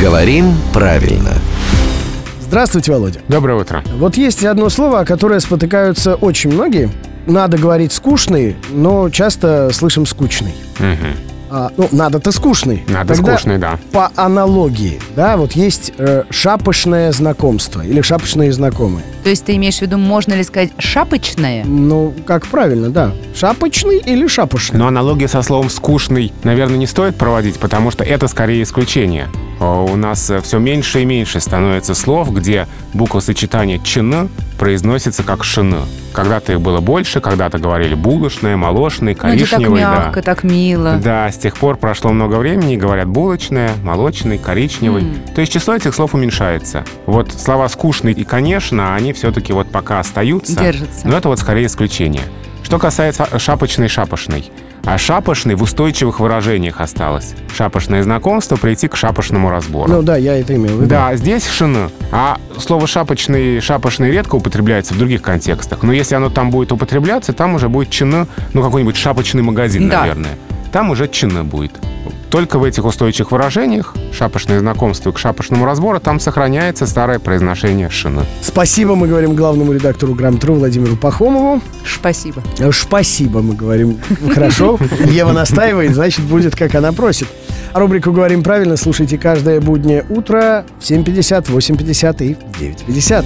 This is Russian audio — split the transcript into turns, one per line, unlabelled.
Говорим правильно.
Здравствуйте, Володя.
Доброе утро.
Вот есть одно слово, о которое спотыкаются очень многие. Надо говорить скучный, но часто слышим скучный. А, ну, надо-то скучный.
Надо
Тогда
А, скучный, да.
По аналогии, да, вот есть э, шапочное знакомство или шапочные знакомые.
То есть ты имеешь в виду, можно ли сказать шапочное?
Ну, как правильно, да. Шапочный или шапошный?
Но аналогия со словом «скучный», наверное, не стоит проводить, потому что это скорее исключение. О, У нас все меньше и меньше становится слов, где буква сочетания «чн» произносится как «шн». Когда-то их было больше, когда-то говорили «булочная», «молочный»,
Ну, это так
«коричневый». да.
мягко, так мило.
Да, с тех пор прошло много времени, говорят булочная, молочный, коричневый. То есть число этих слов уменьшается. Вот слова скучный и, конечно, они все-таки вот пока остаются.
Держатся.
Но это вот скорее исключение. Что касается а, шапочной шапошной. А шапошный в устойчивых выражениях осталось. Шапошное знакомство прийти к шапошному разбору.
Ну да, я это имел в виду.
Да, здесь шина. А слово шапочный, шапошный редко употребляется в других контекстах. Но если оно там будет употребляться, там уже будет чина, ну какой-нибудь шапочный магазин,
Да.
наверное. Там уже чина будет. Только в этих устойчивых выражениях шапошное знакомство к шапошному разбору там сохраняется старое произношение шина.
Спасибо мы говорим главному редактору Грамтру Владимиру Пахомову.
Спасибо.
Э, Спасибо, мы говорим. Хорошо. Ева настаивает, значит, будет, как она просит. Рубрику «Говорим правильно» слушайте каждое буднее утро в 7.50, 8.50 и в 9.50.